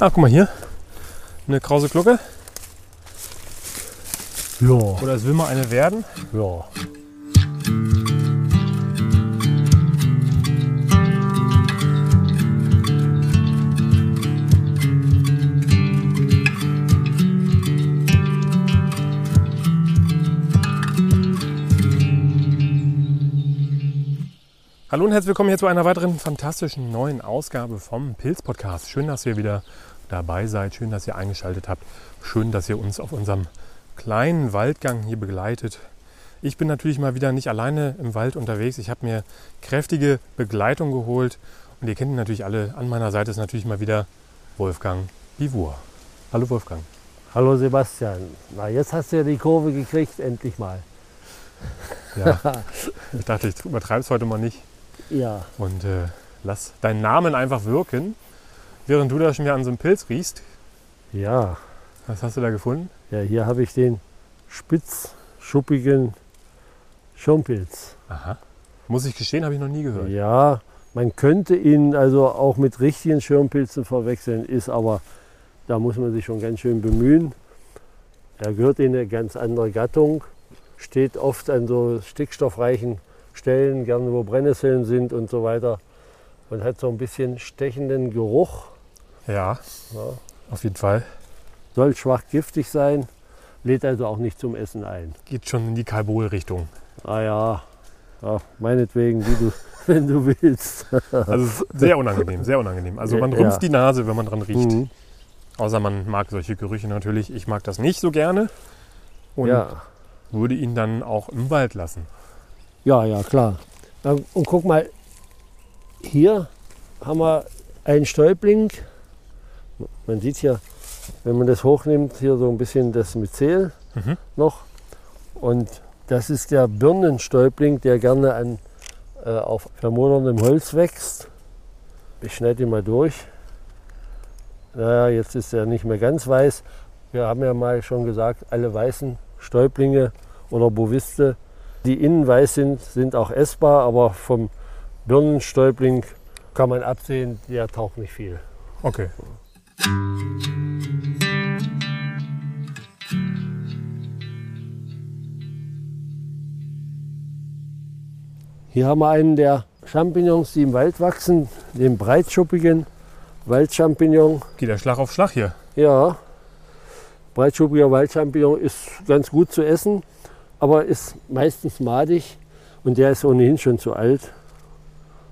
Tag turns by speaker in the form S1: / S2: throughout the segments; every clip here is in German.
S1: Ah, guck mal hier. Eine krause Glucke.
S2: Ja,
S1: Oder es will mal eine werden.
S2: ja.
S1: Hallo und herzlich willkommen hier zu einer weiteren fantastischen neuen Ausgabe vom Pilz Podcast. Schön, dass ihr wieder dabei seid. Schön, dass ihr eingeschaltet habt. Schön, dass ihr uns auf unserem kleinen Waldgang hier begleitet. Ich bin natürlich mal wieder nicht alleine im Wald unterwegs. Ich habe mir kräftige Begleitung geholt. Und ihr kennt ihn natürlich alle. An meiner Seite ist natürlich mal wieder Wolfgang Bivur. Hallo Wolfgang.
S2: Hallo Sebastian. Na, jetzt hast du ja die Kurve gekriegt, endlich mal.
S1: Ja, ich dachte, ich übertreib's heute mal nicht.
S2: Ja,
S1: Und äh, lass deinen Namen einfach wirken. Während du da schon wieder an so einem Pilz riechst,
S2: ja.
S1: was hast du da gefunden?
S2: Ja, hier habe ich den spitz schuppigen Schirmpilz.
S1: Aha. Muss ich gestehen, habe ich noch nie gehört.
S2: Ja, man könnte ihn also auch mit richtigen Schirmpilzen verwechseln, ist aber, da muss man sich schon ganz schön bemühen. Er gehört in eine ganz andere Gattung, steht oft an so stickstoffreichen Stellen, gerne wo Brennnesseln sind und so weiter und hat so ein bisschen stechenden Geruch. ne?
S1: Ja,
S2: Ja.
S1: auf jeden Fall.
S2: soll schwach giftig sein, lädt also auch nicht zum Essen ein.
S1: Geht schon in die Kalbol-Richtung.
S2: Ah ja, ja meinetwegen, wie du, wenn du willst.
S1: Also es ist sehr unangenehm, sehr unangenehm. Also man
S2: Ja.
S1: rümpft die Nase, wenn man dran riecht.
S2: Mhm.
S1: Außer man mag solche Gerüche natürlich. Ich mag das nicht so gerne und
S2: Ja.
S1: würde ihn dann auch im Wald lassen.
S2: ja, ja, klar. Na, Und guck mal, hier haben wir einen Stäubling. Man sieht hier, wenn man das hochnimmt, hier so ein bisschen das Myzel
S1: Mhm.
S2: noch. Und das ist der Birnenstäubling, der gerne an, äh, auf vermoderndem Holz wächst. Ich schneide ihn mal durch. Naja, jetzt ist er nicht mehr ganz weiß. Wir haben ja mal schon gesagt, alle weißen Stäublinge oder Boviste, die innen weiß sind, sind auch essbar, aber vom Birnenstäubling kann man absehen, der taugt nicht viel.
S1: Okay.
S2: Hier haben wir einen der Champignons, die im Wald wachsen, den breitschuppigen Waldchampignon.
S1: Geht der Schlag auf Schlag hier.
S2: Ja, breitschuppiger Waldchampignon ist ganz gut zu essen, aber ist meistens madig und der ist ohnehin schon zu alt.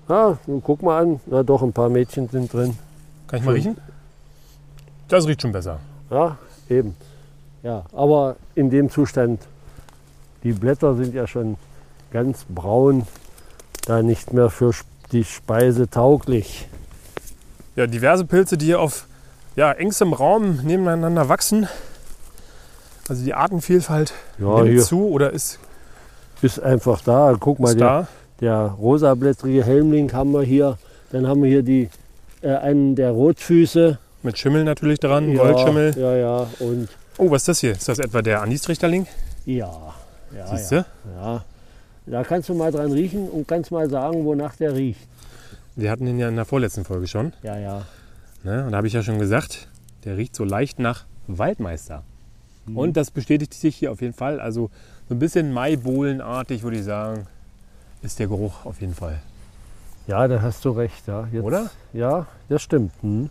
S2: Ja, nun guck mal an, na doch, ein paar Mädchen sind drin.
S1: Kann ich mal
S2: Schön.
S1: riechen? Das riecht schon besser.
S2: Ja, eben. Ja, aber in dem Zustand, die Blätter sind ja schon ganz braun, da nicht mehr für sp- die Speise tauglich.
S1: Ja, diverse Pilze, die hier auf ja, engstem Raum nebeneinander wachsen. Also die Artenvielfalt
S2: Ja,
S1: nimmt
S2: hier
S1: zu oder ist,
S2: ist einfach da. Guck mal,
S1: ist
S2: der,
S1: da.
S2: der rosablättrige Helmling haben wir hier. Dann haben wir hier die, äh, einen der Rotfüße.
S1: Mit Schimmel natürlich dran, Goldschimmel.
S2: Ja, ja, und
S1: Oh, was ist das hier? Ist das etwa der Anistrichterling?
S2: ja. ja
S1: Siehst
S2: Ah, ja.
S1: du?
S2: ja. Da kannst du mal dran riechen und kannst mal sagen, wonach der riecht.
S1: Wir hatten den ja in der vorletzten Folge schon.
S2: Ja, ja.
S1: Ne? Und da habe ich ja schon gesagt, der riecht so leicht nach Waldmeister.
S2: Mhm.
S1: Und das bestätigt sich hier auf jeden Fall. Also so ein bisschen Maibohlenartig, würde ich sagen, ist der Geruch auf jeden Fall.
S2: Ja, da hast du recht. Ja. Jetzt,
S1: Oder?
S2: Ja, das stimmt. Hm.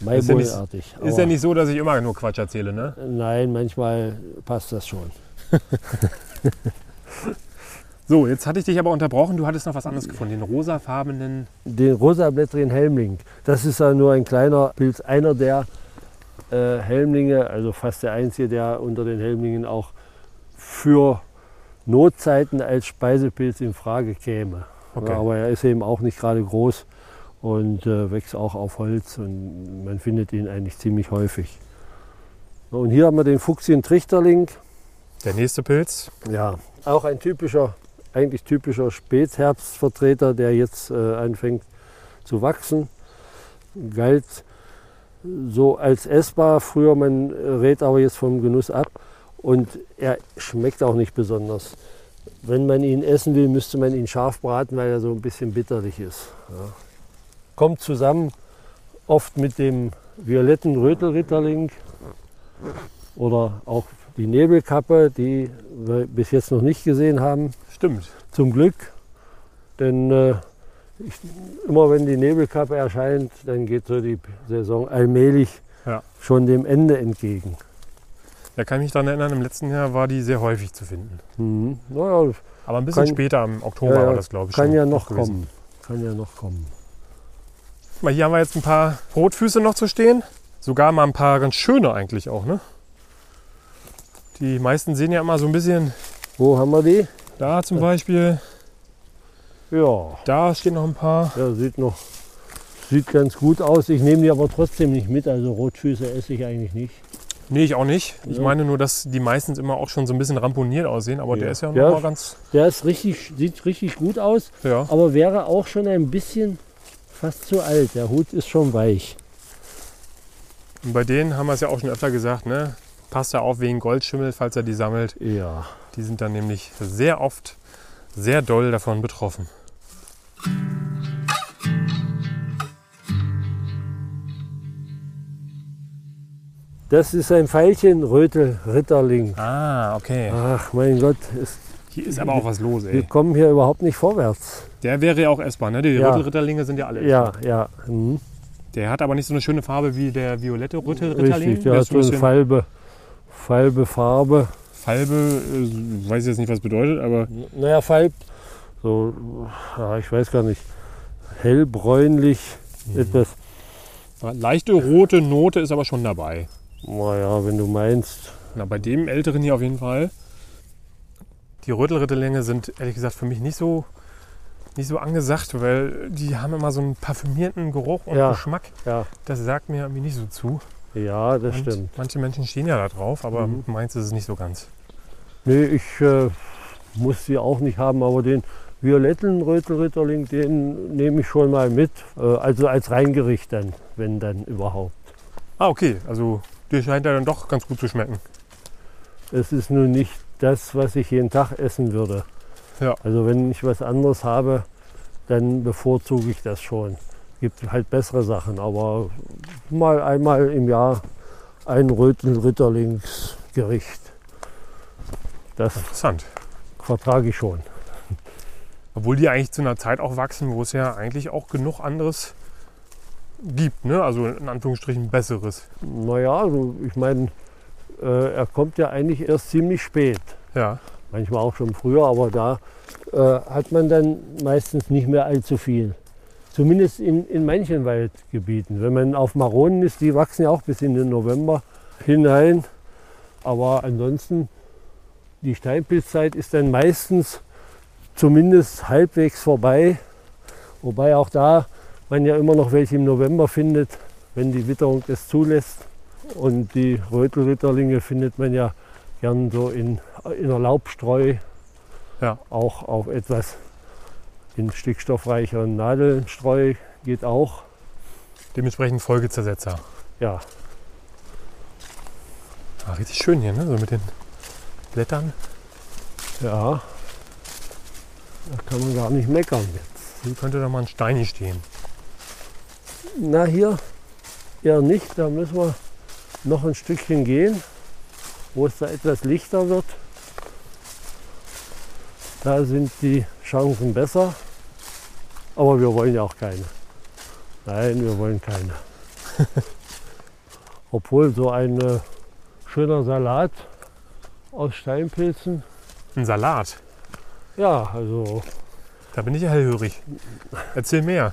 S1: Ist ja nicht-
S2: Maibohlenartig.
S1: Ist ja nicht so, dass ich immer nur Quatsch erzähle, ne?
S2: Nein, manchmal passt das schon.
S1: So, jetzt hatte ich dich aber unterbrochen. Du hattest noch was
S2: Mhm.
S1: anderes gefunden. Den rosafarbenen.
S2: Den rosablättrigen Helmling, das ist ja nur ein kleiner Pilz, einer der äh, Helmlinge, also fast der einzige, der unter den Helmlingen auch für Notzeiten als Speisepilz in Frage käme.
S1: Okay.
S2: Ja, aber er ist eben auch nicht gerade groß und äh, wächst auch auf Holz und man findet ihn eigentlich ziemlich häufig. So, Und hier haben wir den Fuchsien-Trichterling.
S1: Der nächste Pilz.
S2: Ja, auch ein typischer, eigentlich typischer Spätherbstvertreter, der jetzt äh, anfängt zu wachsen. Galt so als essbar früher, man äh, rät aber jetzt vom Genuss ab und er schmeckt auch nicht besonders. Wenn man ihn essen will, müsste man ihn scharf braten, weil er so ein bisschen bitterlich ist. kommt zusammen oft mit dem violetten Rötelritterling oder auch die Nebelkappe, die wir bis jetzt noch nicht gesehen haben.
S1: Stimmt.
S2: Zum Glück, denn äh, ich, immer wenn die Nebelkappe erscheint, dann geht so die Saison allmählich
S1: Ja.
S2: schon dem Ende entgegen.
S1: Da kann ich mich daran erinnern, im letzten Jahr war die sehr häufig zu finden.
S2: Mhm. Naja,
S1: Aber ein bisschen
S2: Kann-
S1: später, im Oktober
S2: Ja, ja,
S1: war das, glaube ich.
S2: kann
S1: schon
S2: ja noch
S1: gewesen.
S2: kommen. Kann ja noch kommen.
S1: Mal hier haben wir jetzt ein paar Rotfüße noch zu stehen. Sogar mal ein paar ganz schöne eigentlich auch, ne? Die meisten sehen ja immer so ein bisschen
S2: Wo haben wir die?
S1: da zum Beispiel.
S2: Ja,
S1: Da stehen noch ein paar.
S2: ja sieht noch sieht ganz gut aus. Ich nehme die aber trotzdem nicht mit. Also Rotfüße esse ich eigentlich nicht.
S1: Nee, ich auch nicht. Ich
S2: Ja.
S1: meine nur, dass die meistens immer auch schon so ein bisschen ramponiert aussehen. Aber der
S2: Ja.
S1: ist ja noch
S2: Ja.
S1: mal ganz...
S2: Der ist richtig, sieht richtig gut aus,
S1: Ja.
S2: aber wäre auch schon ein bisschen fast zu alt. Der Hut ist schon weich.
S1: Und bei denen haben wir es ja auch schon öfter gesagt, ne? Passt da auf wegen Goldschimmel, falls er die sammelt.
S2: Ja.
S1: Die sind dann nämlich sehr oft sehr doll davon betroffen.
S2: Das ist ein Veilchenrötel Ritterling.
S1: Ah, okay.
S2: Ach mein Gott, es,
S1: Hier ist aber auch was los,
S2: wir
S1: ey.
S2: kommen hier überhaupt nicht vorwärts.
S1: Der wäre ja auch essbar, ne? Die
S2: Ja.
S1: Rüttelritterlinge sind ja alle
S2: Ja, ja. Hm,
S1: Der hat aber nicht so eine schöne Farbe wie der violette Rüttelritterling.
S2: richtig, der hat
S1: ist
S2: so eine falbe, falbe Farbe.
S1: Falbe, äh, weiß ich jetzt nicht, was bedeutet, aber
S2: Naja, falb, so, ja, ich weiß gar nicht, hellbräunlich etwas.
S1: leichte rote Note ist aber schon dabei.
S2: Naja, wenn du meinst.
S1: Na, bei dem älteren hier auf jeden Fall. Die Rüttelritterlinge sind ehrlich gesagt für mich nicht so, nicht so angesagt, weil die haben immer so einen parfümierten Geruch und
S2: Ja.
S1: Geschmack.
S2: Ja,
S1: Das sagt mir irgendwie nicht so zu.
S2: ja das
S1: und
S2: stimmt.
S1: Manche Menschen stehen ja da drauf, aber
S2: Mhm.
S1: meins ist es nicht so ganz.
S2: Nee, ich äh, muss sie auch nicht haben, aber den violetten Rötelritterling, den nehme ich schon mal mit. Äh, also als Reingericht dann, wenn dann überhaupt.
S1: Ah, okay. Also dir scheint er dann doch ganz gut zu schmecken.
S2: Es ist nun nicht das, was ich jeden Tag essen würde.
S1: Ja.
S2: Also wenn ich was anderes habe, dann bevorzuge ich das schon. Gibt halt bessere Sachen, aber mal einmal im Jahr ein Rötelritterlingsgericht. Das
S1: Interessant.
S2: vertrage ich schon.
S1: Obwohl die eigentlich zu einer Zeit auch wachsen, wo es ja eigentlich auch genug anderes gibt, ne? Also in Anführungsstrichen besseres.
S2: Naja, also ich meine, äh, er kommt ja eigentlich erst ziemlich spät.
S1: Ja.
S2: Manchmal auch schon früher, aber da äh, hat man dann meistens nicht mehr allzu viel. Zumindest in, in manchen Waldgebieten. Wenn man auf Maronen ist, die wachsen ja auch bis in den November hinein. Aber ansonsten, die Steinpilzzeit ist dann meistens zumindest halbwegs vorbei. Wobei auch da man ja immer noch welche im November findet, wenn die Witterung es zulässt. Und die Rötelritterlinge findet man ja gern so in, in der Laubstreu,
S1: Ja.
S2: auch auf etwas in stickstoffreicheren Nadelstreu geht auch.
S1: Dementsprechend Folgezersetzer.
S2: Ja,
S1: Ah, richtig schön hier, ne? So mit den Blättern.
S2: ja. Da kann man gar nicht meckern jetzt.
S1: Hier könnte da mal ein Steini stehen.
S2: Na hier eher nicht, da müssen wir noch ein Stückchen gehen, wo es da etwas lichter wird. Da sind die Chancen besser, aber wir wollen ja auch keine. Nein, wir wollen keine. Obwohl so ein äh, schöner Salat aus Steinpilzen,
S1: Ein Salat.
S2: ja, also
S1: Da bin ich ja hellhörig. Erzähl mehr.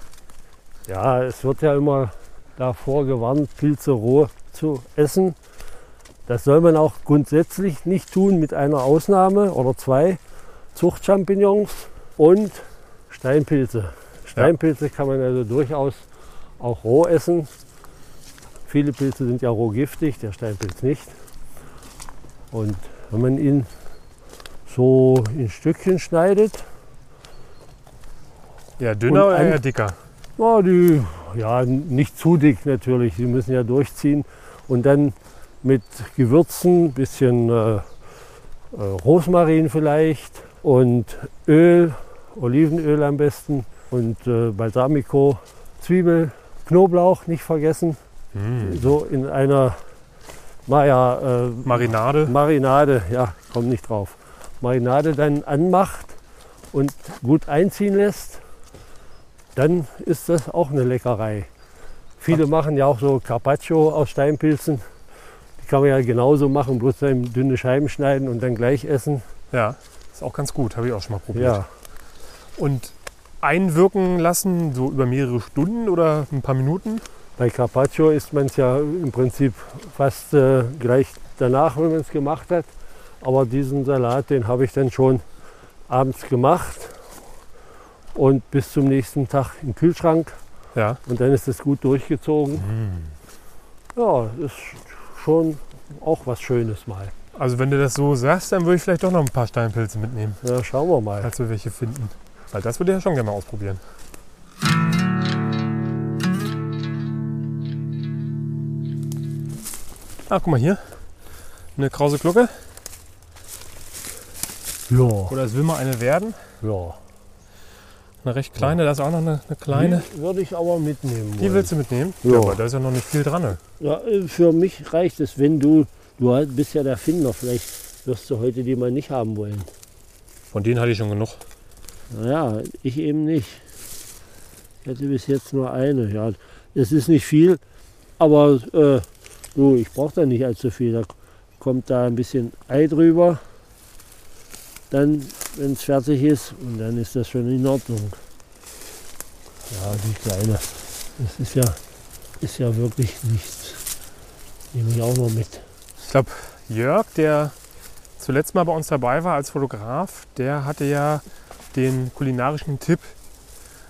S2: Ja, es wird ja immer davor gewarnt, Pilze roh zu essen. Das soll man auch grundsätzlich nicht tun, mit einer Ausnahme oder zwei. Zuchtchampignons und Steinpilze. Steinpilze kann man also durchaus auch roh essen. Viele Pilze sind ja roh giftig, der Steinpilz nicht. Und wenn man ihn so in Stückchen schneidet,
S1: Ja, dünner
S2: Und
S1: oder
S2: ein-
S1: eher dicker?
S2: ja, die, ja, nicht zu dick natürlich, die müssen ja durchziehen. Und dann mit Gewürzen, bisschen äh, äh, Rosmarin vielleicht und Öl, Olivenöl am besten und äh, Balsamico Zwiebel, Knoblauch nicht vergessen.
S1: Mm.
S2: So in einer, naja, äh,
S1: Marinade.
S2: Marinade, ja, komm nicht drauf. Marinade dann anmacht und gut einziehen lässt, dann ist das auch eine Leckerei. Viele machen ja auch so Carpaccio aus Steinpilzen. Die kann man ja genauso machen, bloß dann in dünne Scheiben schneiden und dann gleich essen.
S1: Ja, ist auch ganz gut. Habe ich auch schon mal probiert.
S2: Ja,
S1: Und einwirken lassen, so über mehrere Stunden oder ein paar Minuten.
S2: bei Carpaccio isst man es ja im Prinzip fast äh, gleich danach, wenn man es gemacht hat. Aber diesen Salat, den habe ich dann schon abends gemacht und bis zum nächsten Tag im Kühlschrank
S1: Ja. Hm.
S2: Und dann ist es gut durchgezogen. Ja, ist schon auch was Schönes mal.
S1: Also wenn du das so sagst, dann würde ich vielleicht doch noch ein paar Steinpilze mitnehmen,
S2: Ja, schauen wir mal.
S1: falls wir welche finden. Weil das würde ich ja schon gerne mal ausprobieren. Ach, Ah, guck mal hier. Eine krause Glucke.
S2: Ja,
S1: Oder es will mal eine werden.
S2: ja.
S1: Eine recht kleine, da ist auch noch eine, eine kleine.
S2: Die würde ich aber mitnehmen.
S1: Die willst du mitnehmen?
S2: Ja.
S1: aber da ist ja noch nicht viel dran. Ne?
S3: Ja, äh, für mich reicht es, wenn du, du halt- bist ja der Finder, vielleicht wirst du heute die mal nicht haben wollen.
S1: Von denen hatte ich schon genug.
S3: Naja, ich eben nicht. Ich hatte bis jetzt nur eine. Ja, das ist nicht viel, aber äh, du, ich brauche da nicht allzu viel. Da kommt da ein bisschen Ei drüber, dann, wenn es fertig ist, und dann ist das schon in Ordnung. Ja, die kleine, das ist ja, ist ja wirklich nichts. Nehme ich auch noch mit.
S1: Ich glaube, Jörg, der zuletzt mal bei uns dabei war als Fotograf, der hatte ja den kulinarischen Tipp,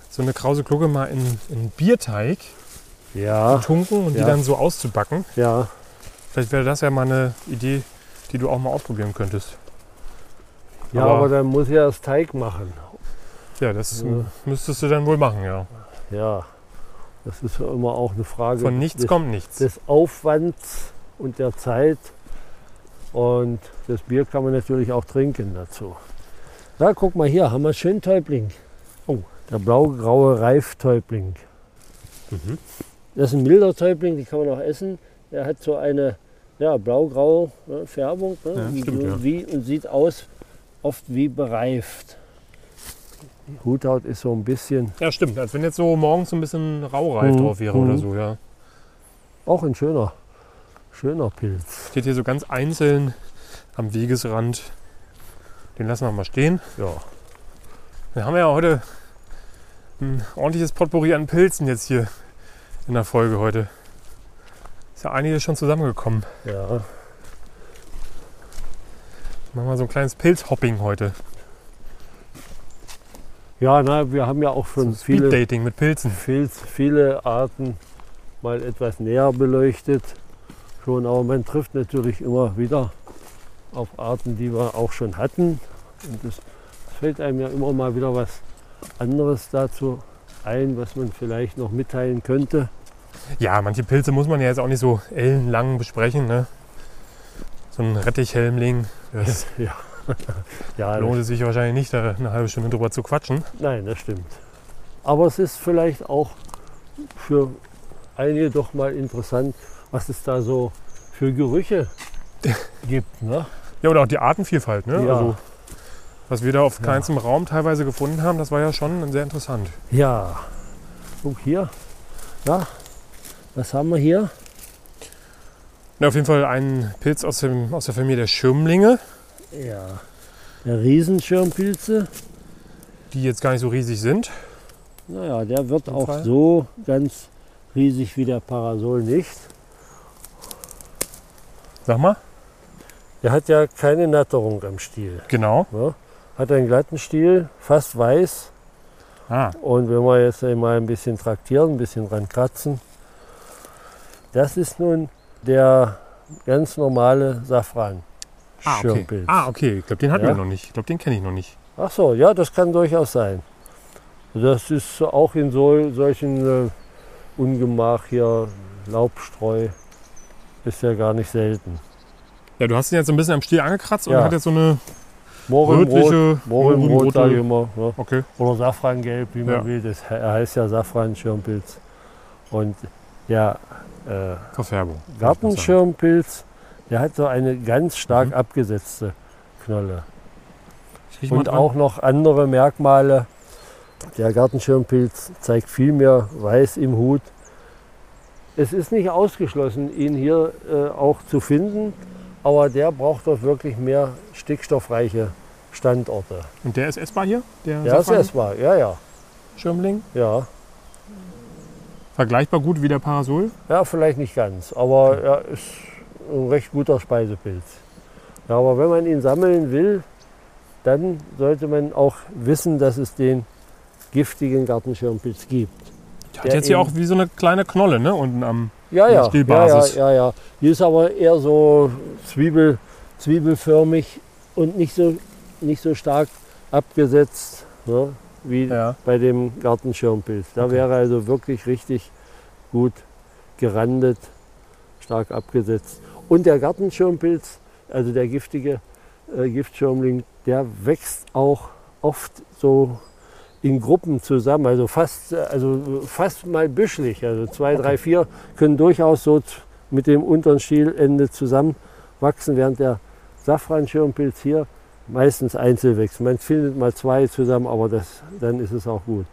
S1: so eine krause Glucke mal in, in Bierteig
S2: Ja,
S1: tunken und die
S2: Ja.
S1: dann so auszubacken.
S2: ja.
S1: Vielleicht wäre das ja mal eine Idee, die du auch mal ausprobieren könntest.
S2: Ja,
S1: Aber-
S2: aber, dann muss ich erst Teig machen.
S1: Ja, das
S2: Ja.
S1: müsstest du dann wohl machen, ja.
S2: Ja, das ist ja immer auch eine Frage
S1: Von nichts
S2: des,
S1: kommt nichts.
S2: des Aufwands und der Zeit. Und das Bier kann man natürlich auch trinken dazu.
S3: Na, guck mal hier, haben wir schön Täubling.
S2: Oh, Der blau-graue Reiftäubling.
S1: Mhm.
S3: Das ist ein milder Täubling, die kann man auch essen. Er hat so eine ja, blau-graue ne, Färbung ne,
S1: Ja,
S3: wie,
S1: stimmt,
S3: so,
S1: ja.
S3: wie, und sieht aus oft wie bereift.
S2: Die Huthaut ist so ein bisschen
S1: Ja, stimmt. Als wenn jetzt so morgens so ein bisschen raureif
S2: Mhm.
S1: drauf wäre oder
S2: Mhm.
S1: so, ja.
S2: auch ein schöner, schöner Pilz.
S1: Steht hier so ganz einzeln am Wegesrand. Den lassen wir mal stehen.
S2: Ja.
S1: Wir haben ja heute ein ordentliches Potpourri an Pilzen jetzt hier in der Folge heute. Ist ja einiges schon zusammengekommen.
S2: Ja,
S1: Machen wir so ein kleines Pilzhopping heute.
S2: ja na, wir haben ja auch schon viele,
S1: Speeddating mit Pilzen.
S2: Filz, viele Arten mal etwas näher beleuchtet. Schon, aber man trifft natürlich immer wieder auf Arten, die wir auch schon hatten. Und es fällt einem ja immer mal wieder was anderes dazu ein, was man vielleicht noch mitteilen könnte.
S1: Ja, manche Pilze muss man ja jetzt auch nicht so ellenlang besprechen. Ne? So ein Rettichhelmling, das
S2: Ja,
S1: lohnt es sich wahrscheinlich nicht, da eine halbe Stunde drüber zu quatschen.
S2: Nein, das stimmt. Aber es ist vielleicht auch für einige doch mal interessant, was es da so für Gerüche gibt. Ne?
S1: Ja, oder auch die Artenvielfalt. Ne?
S2: Ja.
S1: Also, was wir da auf
S2: Ja.
S1: kleinstem Raum teilweise gefunden haben, das war ja schon sehr interessant.
S2: Ja, guck hier. Ja,
S3: Was haben wir hier?
S1: Ja, auf jeden Fall ein Pilz aus, dem, aus der Familie der Schirmlinge.
S3: Ja, der Riesenschirmpilze.
S1: die jetzt gar nicht so riesig sind.
S3: Naja, der wird
S1: Im
S3: auch
S1: Fall.
S3: so ganz riesig wie der Parasol nicht.
S1: Sag mal.
S2: er hat ja keine Natterung am Stiel.
S1: Genau.
S2: Ne? Hat einen glatten Stiel, fast weiß.
S1: Ah.
S2: Und wenn wir jetzt mal ein bisschen traktieren, ein bisschen dran kratzen, das ist nun der ganz normale Safran.
S1: Ah, okay. Ah, okay. Ich glaube, den hatten
S2: Ja.
S1: wir noch nicht. Ich glaube, den kenne ich noch nicht.
S2: Ach so, ja, das kann durchaus sein. Das ist auch in so, solchen äh, Ungemach hier, Laubstreu, ist ja gar nicht selten.
S1: Ja, du hast ihn jetzt so ein bisschen am Stiel angekratzt und
S2: Ja.
S1: hat jetzt so eine
S2: Mohrrübenrot,
S1: rötliche,
S2: Mohrrübenrot sage ich
S1: Mohrrübenrote.
S2: immer. Ne?
S1: Okay,
S2: Oder Safrangelb, wie man
S1: Ja.
S2: will. Das, he- er heißt ja Safranschirmpilz. Und ja, äh,
S1: Verfärbung. würde ich mal sagen.
S2: Gartenschirmpilz, der hat so eine ganz stark
S1: Mhm.
S2: abgesetzte Knolle.
S1: Ich riech mal
S2: Und
S1: dran.
S2: auch noch andere Merkmale. Der Gartenschirmpilz zeigt viel mehr Weiß im Hut. Es ist nicht ausgeschlossen, ihn hier äh, auch zu finden, aber der braucht doch wirklich mehr stickstoffreiche Standorte.
S1: Und der ist essbar hier? Der
S2: Ja, ist erstmal, ja, ja,
S1: Schirmling?
S2: ja.
S1: Vergleichbar gut wie der Parasol?
S2: Ja, vielleicht nicht ganz, aber er ist ein recht guter Speisepilz. Ja, aber wenn man ihn sammeln will, dann sollte man auch wissen, dass es den giftigen Gartenschirmpilz gibt.
S1: Der, hat
S2: Der
S1: jetzt hier
S2: eben-
S1: auch wie so eine kleine Knolle, ne? Unten am.
S2: Ja, ja, ja, ja,
S1: Stielbasis.
S2: ja, ja. Die ist aber eher so Zwiebel, zwiebelförmig und nicht so, nicht so stark abgesetzt ne, wie
S1: Ja.
S2: bei dem Gartenschirmpilz. Da wäre also wirklich richtig gut gerandet, stark abgesetzt. Und der Gartenschirmpilz, also der giftige äh, Giftschirmling, der wächst auch oft so in Gruppen zusammen, also fast, äh, also fast mal büschelig. Also zwei, drei, vier können durchaus so z- mit dem unteren Stielende zusammenwachsen, während der Safranschirmpilz hier meistens einzeln wächst. Man findet mal zwei zusammen, aber das, dann ist es auch gut.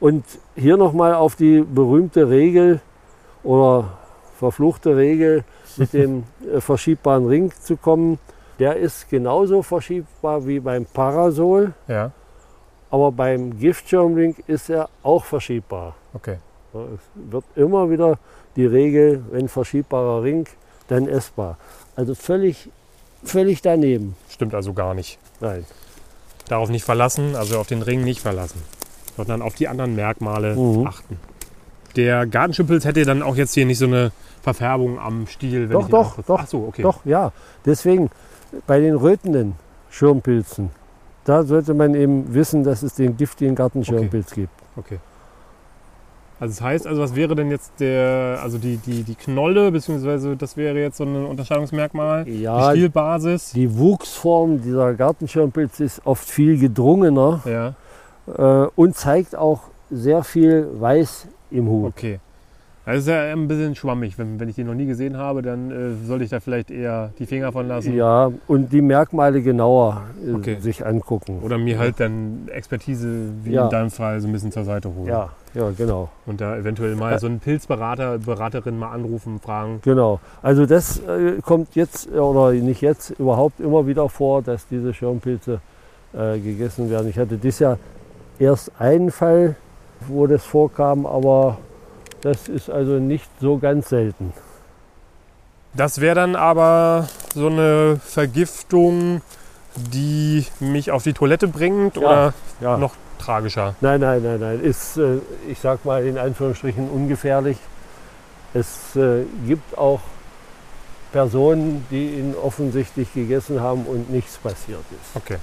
S2: Und hier nochmal auf die berühmte Regel oder verfluchte Regel mit dem äh, verschiebbaren Ring zu kommen. Der ist genauso verschiebbar wie beim Parasol,
S1: Ja,
S2: aber beim Giftschirmring ist er auch verschiebbar.
S1: okay.
S2: Ja, Es wird immer wieder die Regel, wenn verschiebbarer Ring, dann essbar. Also völlig, völlig daneben.
S1: Stimmt also gar nicht.
S2: Nein.
S1: Darauf nicht verlassen, also auf den Ring nicht verlassen, sondern auf die anderen Merkmale
S2: Mhm.
S1: achten. Der Gartenschimpels hätte dann auch jetzt hier nicht so eine Verfärbung am Stiel. Wenn
S2: Doch,
S1: ich ihn
S2: doch,
S1: auch kurz-
S2: doch,
S1: Ach so, okay.
S2: Doch, ja. Deswegen bei den rötenden Schirmpilzen, da sollte man eben wissen, dass es den giftigen Gartenschirmpilz gibt.
S1: Okay. Also das heißt, also was wäre denn jetzt der, also die, die, die Knolle, beziehungsweise das wäre jetzt so ein Unterscheidungsmerkmal?
S2: Ja,
S1: die Stielbasis?
S2: die Wuchsform dieser Gartenschirmpilz ist oft viel gedrungener
S1: Ja,
S2: äh, und zeigt auch sehr viel Weiß im Hut.
S1: okay. Das ist ja ein bisschen schwammig. Wenn, wenn ich die noch nie gesehen habe, dann äh, sollte ich da vielleicht eher die Finger von lassen.
S2: Ja, und die Merkmale genauer äh,
S1: Okay.
S2: sich angucken.
S1: Oder mir halt dann Expertise, wie
S2: Ja.
S1: in deinem Fall, so ein bisschen zur Seite holen.
S2: Ja, ja, genau.
S1: Und da eventuell mal so einen Pilzberater, Beraterin mal anrufen, fragen.
S2: Genau. Also das äh, kommt jetzt äh, oder nicht jetzt überhaupt immer wieder vor, dass diese Schirmpilze äh, gegessen werden. Ich hatte dieses Jahr erst einen Fall, wo das vorkam, aber das ist also nicht so ganz selten.
S1: Das wäre dann aber so eine Vergiftung, die mich auf die Toilette bringt
S2: Ja.
S1: oder
S2: Ja.
S1: noch tragischer.
S2: Nein, nein, nein, nein. Ist, äh, ich sag mal in Anführungsstrichen ungefährlich. Es äh, gibt auch Personen, die ihn offensichtlich gegessen haben und nichts passiert ist.
S1: Okay.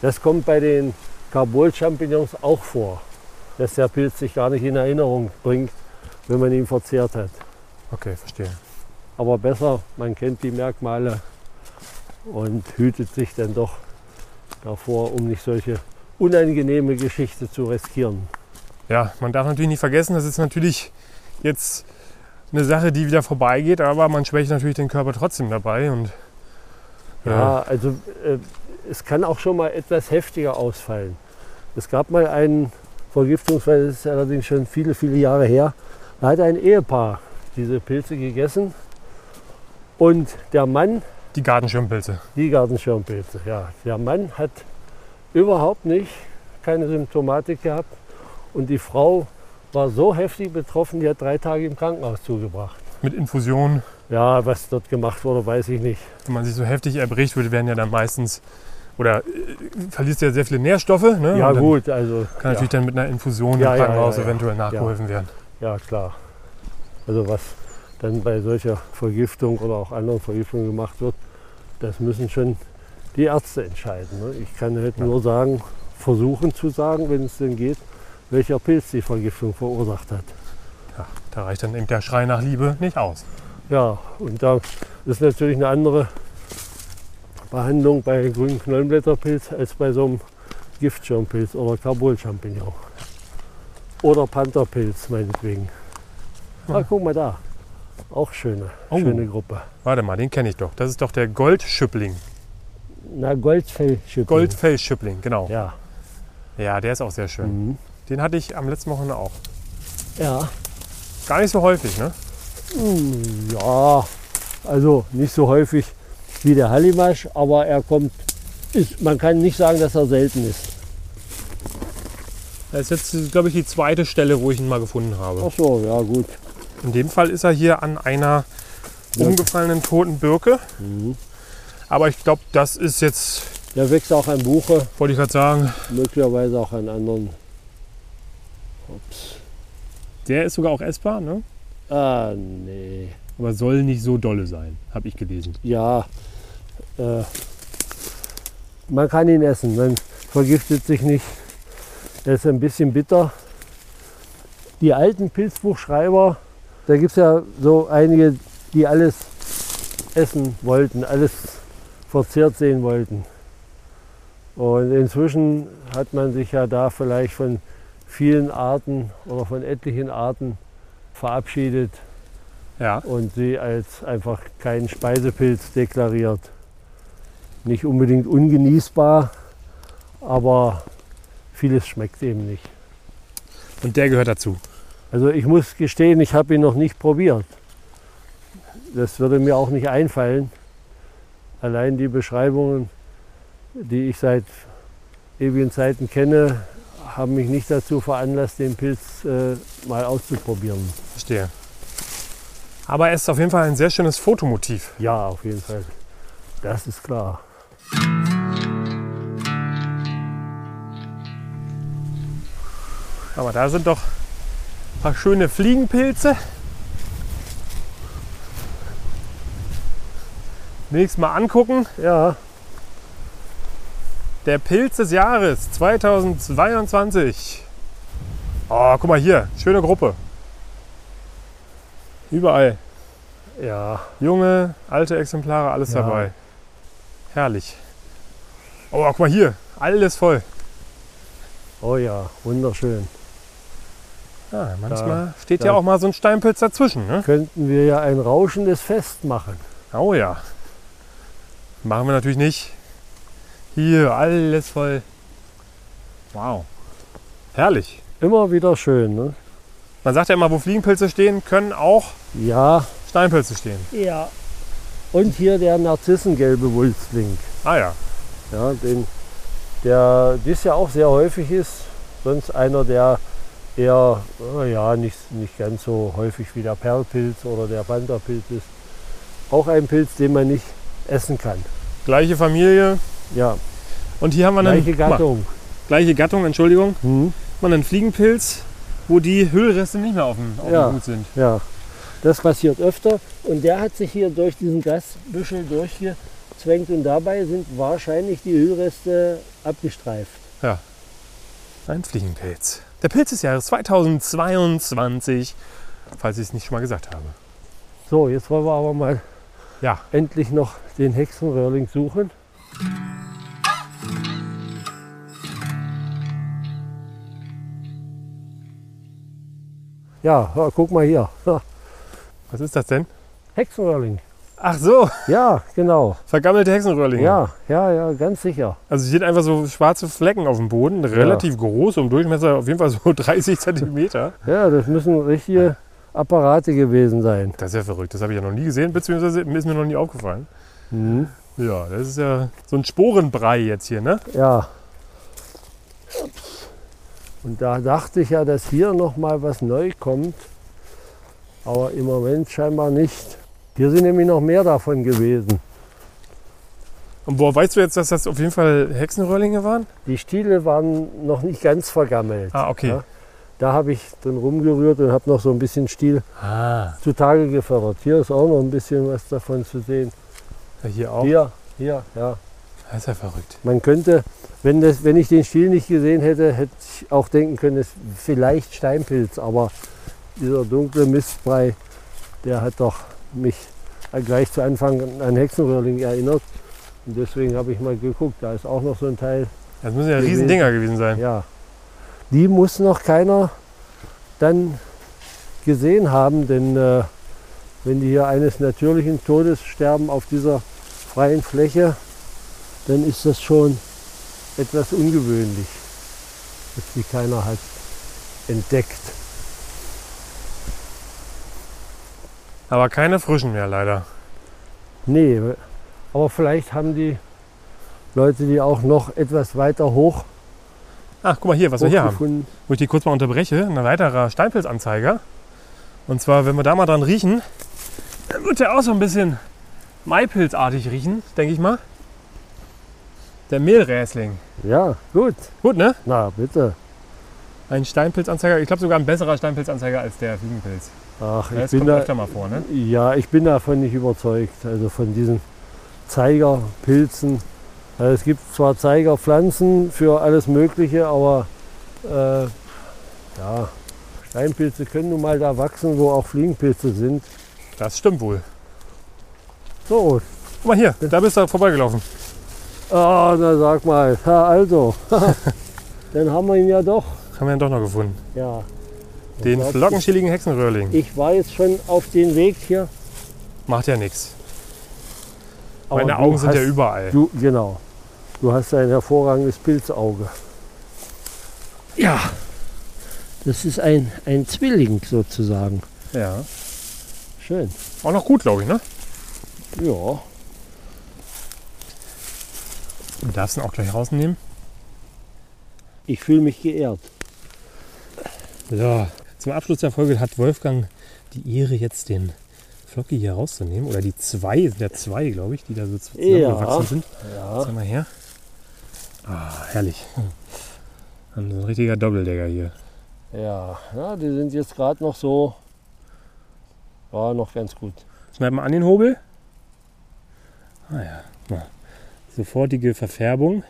S2: Das kommt bei den Carbol-Champignons auch vor, dass der Pilz sich gar nicht in Erinnerung bringt, wenn man ihn verzehrt hat.
S1: Okay, verstehe.
S2: Aber besser, man kennt die Merkmale und hütet sich dann doch davor, um nicht solche unangenehme Geschichte zu riskieren.
S1: Ja, man darf natürlich nicht vergessen, das ist natürlich jetzt eine Sache, die wieder vorbeigeht, aber man schwächt natürlich den Körper trotzdem dabei und
S2: Ja,
S1: Ja.
S2: also äh, es kann auch schon mal etwas heftiger ausfallen. Es gab mal einen Vergiftungsfall, das ist allerdings schon viele, viele Jahre her. Da hat ein Ehepaar diese Pilze gegessen und der Mann,
S1: die Gartenschirmpilze.
S2: die Gartenschirmpilze, ja, der Mann hat überhaupt nicht, keine Symptomatik gehabt und die Frau war so heftig betroffen, die hat drei Tage im Krankenhaus zugebracht.
S1: Mit Infusion,
S2: Ja, was dort gemacht wurde, weiß ich nicht.
S1: wenn man sich so heftig erbricht würde, werden ja dann meistens oder äh, verlierst ja sehr viele Nährstoffe. Ne?
S2: Ja
S1: Und dann
S2: gut, also
S1: Kann
S2: ja.
S1: natürlich dann mit einer Infusion
S2: Ja,
S1: im
S2: ja,
S1: Krankenhaus
S2: ja, ja.
S1: eventuell nachgeholfen werden.
S2: Ja, klar. Also was dann bei solcher Vergiftung oder auch anderen Vergiftungen gemacht wird, das müssen schon die Ärzte entscheiden. Ne? Ich kann halt
S1: Ja.
S2: nur sagen, versuchen zu sagen, wenn es denn geht, welcher Pilz die Vergiftung verursacht hat.
S1: Ja, da reicht dann eben der Schrei nach Liebe nicht aus.
S2: Ja, und da ist natürlich eine andere Behandlung bei grünen Knollenblätterpilz als bei so einem Giftschirmpilz oder Karbolchampignon. Oder Pantherpilz meinetwegen. Ah, guck mal da. Auch schöne,
S1: Oh.
S2: schöne Gruppe.
S1: Warte mal, den kenne ich doch. Das ist doch der Goldschüppling.
S2: Na, Goldfellschippen.
S1: Goldfellschüppling, genau.
S2: Ja.
S1: Ja. der ist auch sehr schön.
S2: Mhm.
S1: Den hatte ich am letzten Wochenende auch.
S2: Ja.
S1: Gar nicht so häufig, ne?
S2: Mm, Ja. Also nicht so häufig wie der Hallimasch, aber er kommt. Ist, man kann nicht sagen, dass er selten ist.
S1: Das ist jetzt, glaube ich, die zweite Stelle, wo ich ihn mal gefunden habe.
S2: Ach so, ja gut.
S1: Oh, In dem Fall ist er hier an einer
S2: Birke.
S1: umgefallenen toten Birke.
S2: Mhm.
S1: Aber ich glaube, das ist jetzt,
S2: Der wächst auch an Buche,
S1: wollte ich gerade sagen,
S2: möglicherweise auch an anderen. Ups.
S1: der ist sogar auch essbar, ne?
S2: Ah, nee.
S1: Aber soll nicht so dolle sein, habe ich gelesen.
S2: Ja. Äh, man kann ihn essen, man vergiftet sich nicht. Er ist ein bisschen bitter. Die alten Pilzbuchschreiber, da gibt es ja so einige, die alles essen wollten, alles verzehrt sehen wollten. Und inzwischen hat man sich ja da vielleicht von vielen Arten oder von etlichen Arten verabschiedet
S1: Ja.
S2: und sie als einfach keinen Speisepilz deklariert. Nicht unbedingt ungenießbar, aber vieles schmeckt eben nicht.
S1: Und der gehört dazu.
S2: Also ich muss gestehen, ich habe ihn noch nicht probiert. Das würde mir auch nicht einfallen. Allein die Beschreibungen, die ich seit ewigen Zeiten kenne, haben mich nicht dazu veranlasst, den Pilz äh, mal auszuprobieren.
S1: Verstehe. Aber es ist auf jeden Fall ein sehr schönes Fotomotiv.
S2: Ja, auf jeden Fall. Das ist klar.
S1: Aber da sind doch ein paar schöne Fliegenpilze. Nächstes Mal angucken.
S2: Ja.
S1: Der Pilz des Jahres 2022. Oh, guck mal hier. Schöne Gruppe. Überall.
S2: Ja,
S1: Junge, alte Exemplare, alles
S2: Ja.
S1: dabei. Herrlich. Oh, guck mal hier. Alles voll.
S2: oh ja, wunderschön.
S1: Ja, Ah, manchmal steht
S2: da-
S1: ja auch mal so ein Steinpilz dazwischen. Ne?
S2: Könnten wir ja ein rauschendes Fest machen.
S1: Oh ja. Machen wir natürlich nicht. Hier, alles voll. Wow. Herrlich.
S2: Immer wieder schön, ne?
S1: Man sagt ja immer, wo Fliegenpilze stehen, können auch
S2: Ja.
S1: Steinpilze stehen.
S2: Ja. Und hier der narzissengelbe Wulstling.
S1: Ah ja.
S2: Ja, den, der dies ja auch sehr häufig ist. Sonst einer, der eher, äh, ja, nicht, nicht ganz so häufig wie der Perlpilz oder der Pantherpilz ist. Auch ein Pilz, den man nicht essen kann.
S1: Gleiche Familie.
S2: Ja,
S1: Und hier haben wir einen,
S2: gleiche
S1: guck mal,
S2: Gattung.
S1: gleiche Gattung, Entschuldigung.
S2: Hm?
S1: Guck Mal einen Fliegenpilz, wo die Hüllreste nicht mehr auf dem, auf
S2: Ja.
S1: dem Hut sind.
S2: Ja, das passiert öfter. Und der hat sich hier durch diesen Grasbüschel durchgezwängt und dabei sind wahrscheinlich die Ölreste abgestreift.
S1: Ein Fliegenpilz. Der Pilz des Jahres 2022, falls ich es nicht schon mal gesagt habe.
S2: So, jetzt wollen wir aber mal
S1: Ja.
S2: endlich noch den Hexenröhrling suchen. Ja, ja, guck mal hier. Ha,
S1: Was ist das denn?
S2: Hexenröhrling.
S1: Ach so,
S2: Ja, genau.
S1: vergammelte Hexenröhrlinge.
S2: Ja, ja, ja, ganz sicher.
S1: Also hier sind einfach so schwarze Flecken auf dem Boden, relativ groß, im Durchmesser auf jeden Fall so 30 Zentimeter.
S2: Ja, das müssen richtige Apparate gewesen sein.
S1: Das ist ja verrückt, das habe ich ja noch nie gesehen, beziehungsweise ist mir noch nie aufgefallen.
S2: Mhm.
S1: Ja, das ist ja so ein Sporenbrei jetzt hier, ne?
S2: Ja. Und da dachte ich ja, dass hier noch mal was neu kommt, aber im Moment scheinbar nicht. Hier sind nämlich noch mehr davon gewesen.
S1: Und woher weißt du jetzt, dass das auf jeden Fall Hexenröhrlinge waren?
S2: Die Stiele waren noch nicht ganz vergammelt.
S1: Ah, okay.
S2: Ja. Da habe ich drin rumgerührt und habe noch so ein bisschen Stiel
S1: Ah,
S2: zutage gefördert. Hier ist auch noch ein bisschen was davon zu sehen.
S1: ja, hier auch.
S2: Hier, hier, ja.
S1: Das ist ja verrückt.
S2: Man könnte, wenn, das, wenn ich den Stiel nicht gesehen hätte, hätte ich auch denken können, es ist vielleicht Steinpilz, aber dieser dunkle Mistbrei, der hat doch mich gleich zu Anfang an Hexenröhrling erinnert. Und deswegen habe ich mal geguckt, da ist auch noch so ein Teil.
S1: Das müssen ja Riesendinger gewesen sein.
S2: Ja. Die muss noch keiner dann gesehen haben, denn äh, wenn die hier eines natürlichen Todes sterben auf dieser freien Fläche, dann ist das schon etwas ungewöhnlich, dass die keiner hat entdeckt.
S1: Aber keine frischen mehr leider.
S2: Nee, aber vielleicht haben die Leute die auch noch etwas weiter hoch
S1: Ach, Ah, guck mal hier, was wir Also hier haben.
S2: hochgefunden.
S1: Wo ich die kurz mal unterbreche. Ein weiterer Steinpilzanzeiger. Und zwar, wenn wir da mal dran riechen, dann wird der auch so ein bisschen Maipilzartig riechen, denke ich mal. Der Mehlräsling.
S2: Ja, gut.
S1: Gut, ne?
S2: Na, bitte.
S1: Ein Steinpilzanzeiger. Ich glaube sogar ein besserer Steinpilzanzeiger als der Fliegenpilz.
S2: Ach, ich
S1: Das
S2: bin
S1: kommt
S2: da,
S1: öfter mal vor, ne?
S2: ja, ich bin davon nicht überzeugt, also von diesen Zeigerpilzen. Also es gibt zwar Zeigerpflanzen für alles Mögliche, aber äh, ja, Steinpilze können nun mal da wachsen, wo auch Fliegenpilze sind.
S1: Das stimmt wohl.
S2: So,
S1: Guck mal hier, da bist du vorbeigelaufen.
S2: ah, na sag mal, ja, also, dann haben wir ihn ja doch.
S1: Haben wir ihn doch noch gefunden.
S2: Ja,
S1: Den
S2: glaubst du?
S1: flockenschilligen Hexenröhrling.
S2: ich war jetzt schon auf den Weg hier.
S1: Macht ja nichts.
S2: aber
S1: Meine
S2: du
S1: Augen sind
S2: hast-
S1: ja überall.
S2: Du, genau. Du hast ein hervorragendes Pilzauge.
S3: Ja, das ist ein, ein Zwilling sozusagen.
S1: Ja.
S2: Schön.
S1: Auch noch gut, glaube ich, ne?
S2: Ja.
S1: Du darfst ihn auch gleich rausnehmen.
S2: Ich fühle mich geehrt.
S1: So, zum Abschluss der Folge hat Wolfgang die Ehre, jetzt den Flocki hier rauszunehmen. Oder die zwei, sind ja zwei, glaube ich, die da so zusammengewachsen
S2: Ja.
S1: sind.
S2: Ja.
S1: Zeig mal her. Ah, herrlich. Haben so ein richtiger Doppeldecker hier.
S2: Ja. ja die sind jetzt gerade noch so. War noch ganz gut.
S1: Schneid mal an den Hobel. Ah ja, na. sofortige Verfärbung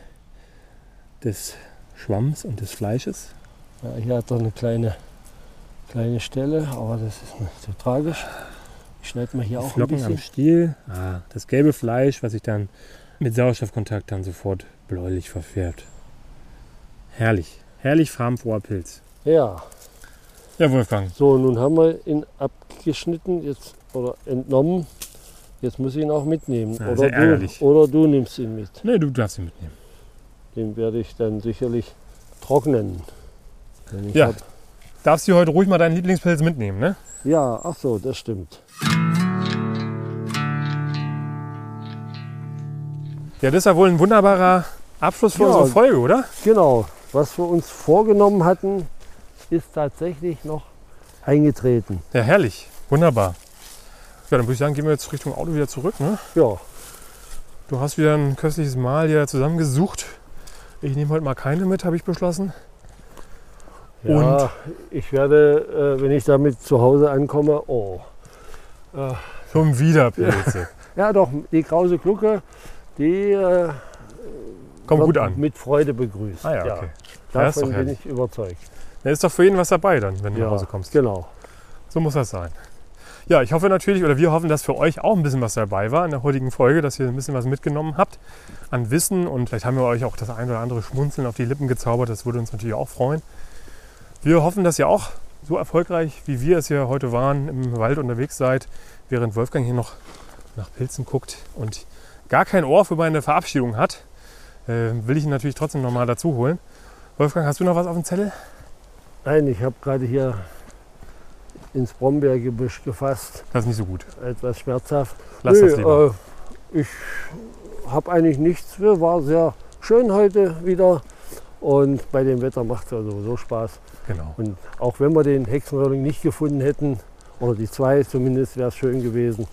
S1: des Schwamms und des Fleisches.
S2: Ja, hier hat er eine kleine, kleine Stelle, aber das ist nicht so tragisch. Ich schneide mal hier auch ein
S1: Flocken am
S2: bisschen.
S1: Stiel. Ah, das gelbe Fleisch, was sich dann mit Sauerstoffkontakt dann sofort bläulich verfärbt. Herrlich. Herrlich farbenfroher Pilz.
S2: Ja.
S1: Ja, Wolfgang.
S2: So, nun haben wir ihn abgeschnitten jetzt oder entnommen. Jetzt muss ich ihn auch mitnehmen.
S1: Ja,
S2: oder,
S1: sehr
S2: du,
S1: ärgerlich.
S2: oder du nimmst ihn mit.
S1: Nee, du darfst ihn mitnehmen.
S2: Den werde ich dann sicherlich trocknen. Denn ich
S1: Ja.
S2: hab-
S1: Darfst du heute ruhig mal deinen Lieblingspilz mitnehmen, ne?
S2: ja, ach so, das stimmt.
S1: Ja, das ist ja wohl ein wunderbarer Abschluss für
S2: Ja.
S1: unsere Folge, oder?
S2: Genau, was wir uns vorgenommen hatten, ist tatsächlich noch eingetreten.
S1: Ja, herrlich. Wunderbar. Ja, dann würde ich sagen, gehen wir jetzt Richtung Auto wieder zurück, ne?
S2: Ja,
S1: Du hast wieder ein köstliches Mahl hier zusammengesucht. Ich nehme heute mal keine mit, habe ich beschlossen.
S2: ja ich werde, äh, wenn ich damit zu Hause ankomme, oh. Äh,
S1: Schon wieder Pilze.
S2: ja doch, die krause Glucke, die äh,
S1: Kommt
S2: wird
S1: gut an.
S2: mit Freude begrüßt.
S1: Ah ja, okay. Ja, ist doch
S2: davon bin
S1: herrlich.
S2: ich überzeugt.
S1: Da ist doch für jeden was dabei dann, wenn du nach Hause kommst.
S2: Genau.
S1: So muss das sein. Ja, ich hoffe natürlich, oder wir hoffen, dass für euch auch ein bisschen was dabei war in der heutigen Folge, dass ihr ein bisschen was mitgenommen habt an Wissen und vielleicht haben wir euch auch das ein oder andere Schmunzeln auf die Lippen gezaubert. Das würde uns natürlich auch freuen. Wir hoffen, dass ihr auch so erfolgreich, wie wir es hier heute waren, im Wald unterwegs seid, während Wolfgang hier noch nach Pilzen guckt und gar kein Ohr für meine Verabschiedung hat. Äh, will ich ihn natürlich trotzdem nochmal dazu holen. Wolfgang, hast du noch was auf dem Zettel?
S2: Nein, ich habe gerade hier ins Brombeergebüsch gefasst.
S1: Das ist nicht so gut.
S2: Etwas schmerzhaft.
S1: Lass
S2: Nö,
S1: das lieber.
S2: Äh, ich habe eigentlich nichts. Wir war sehr schön heute wieder. Und bei dem Wetter macht es ja sowieso Spaß.
S1: Genau.
S2: Und auch wenn wir den Hexenröhrling nicht gefunden hätten, oder die zwei zumindest, wäre es schön gewesen.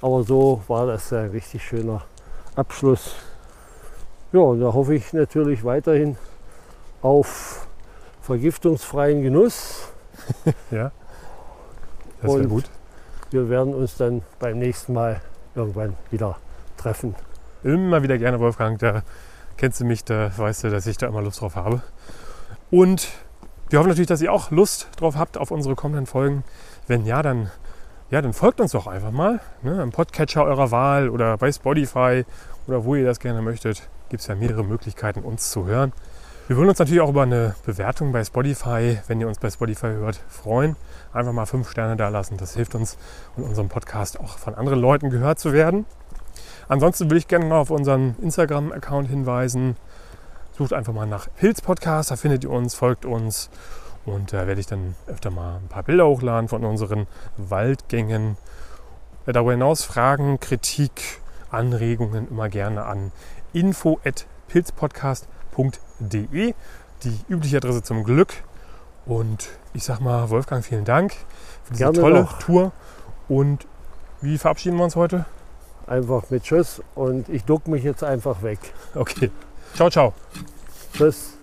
S2: Aber so war das ein richtig schöner Abschluss. Ja, und da hoffe ich natürlich weiterhin auf vergiftungsfreien Genuss.
S1: Ja. Das wäre
S2: Und-
S1: gut.
S2: Wir werden uns dann beim nächsten Mal irgendwann wieder treffen.
S1: Immer wieder gerne, Wolfgang. Da kennst du mich, da weißt du, dass ich da immer Lust drauf habe. Und wir hoffen natürlich, dass ihr auch Lust drauf habt auf unsere kommenden Folgen. Wenn ja, dann Ja, dann folgt uns doch einfach mal. Ne, Im Podcatcher eurer Wahl oder bei Spotify oder wo ihr das gerne möchtet. Gibt es ja mehrere Möglichkeiten, uns zu hören. Wir würden uns natürlich auch über eine Bewertung bei Spotify, wenn ihr uns bei Spotify hört, freuen. Einfach mal fünf Sterne da lassen. Das hilft uns und unserem Podcast auch von anderen Leuten gehört zu werden. Ansonsten würde ich gerne noch auf unseren Instagram-Account hinweisen. Sucht einfach mal nach Pilz Podcast, da findet ihr uns, folgt uns. Und da werde ich dann öfter mal ein paar Bilder hochladen von unseren Waldgängen. Darüber hinaus Fragen, Kritik, Anregungen immer gerne an info.pilzpodcast.de. Die übliche Adresse zum Glück. Und ich sag mal, Wolfgang, vielen Dank für diese
S2: Gerne
S1: tolle
S2: doch.
S1: Tour. Und wie verabschieden wir uns heute?
S2: Einfach mit Tschüss und ich duck mich jetzt einfach weg.
S1: Okay. Ciao, ciao.
S2: Tschüss.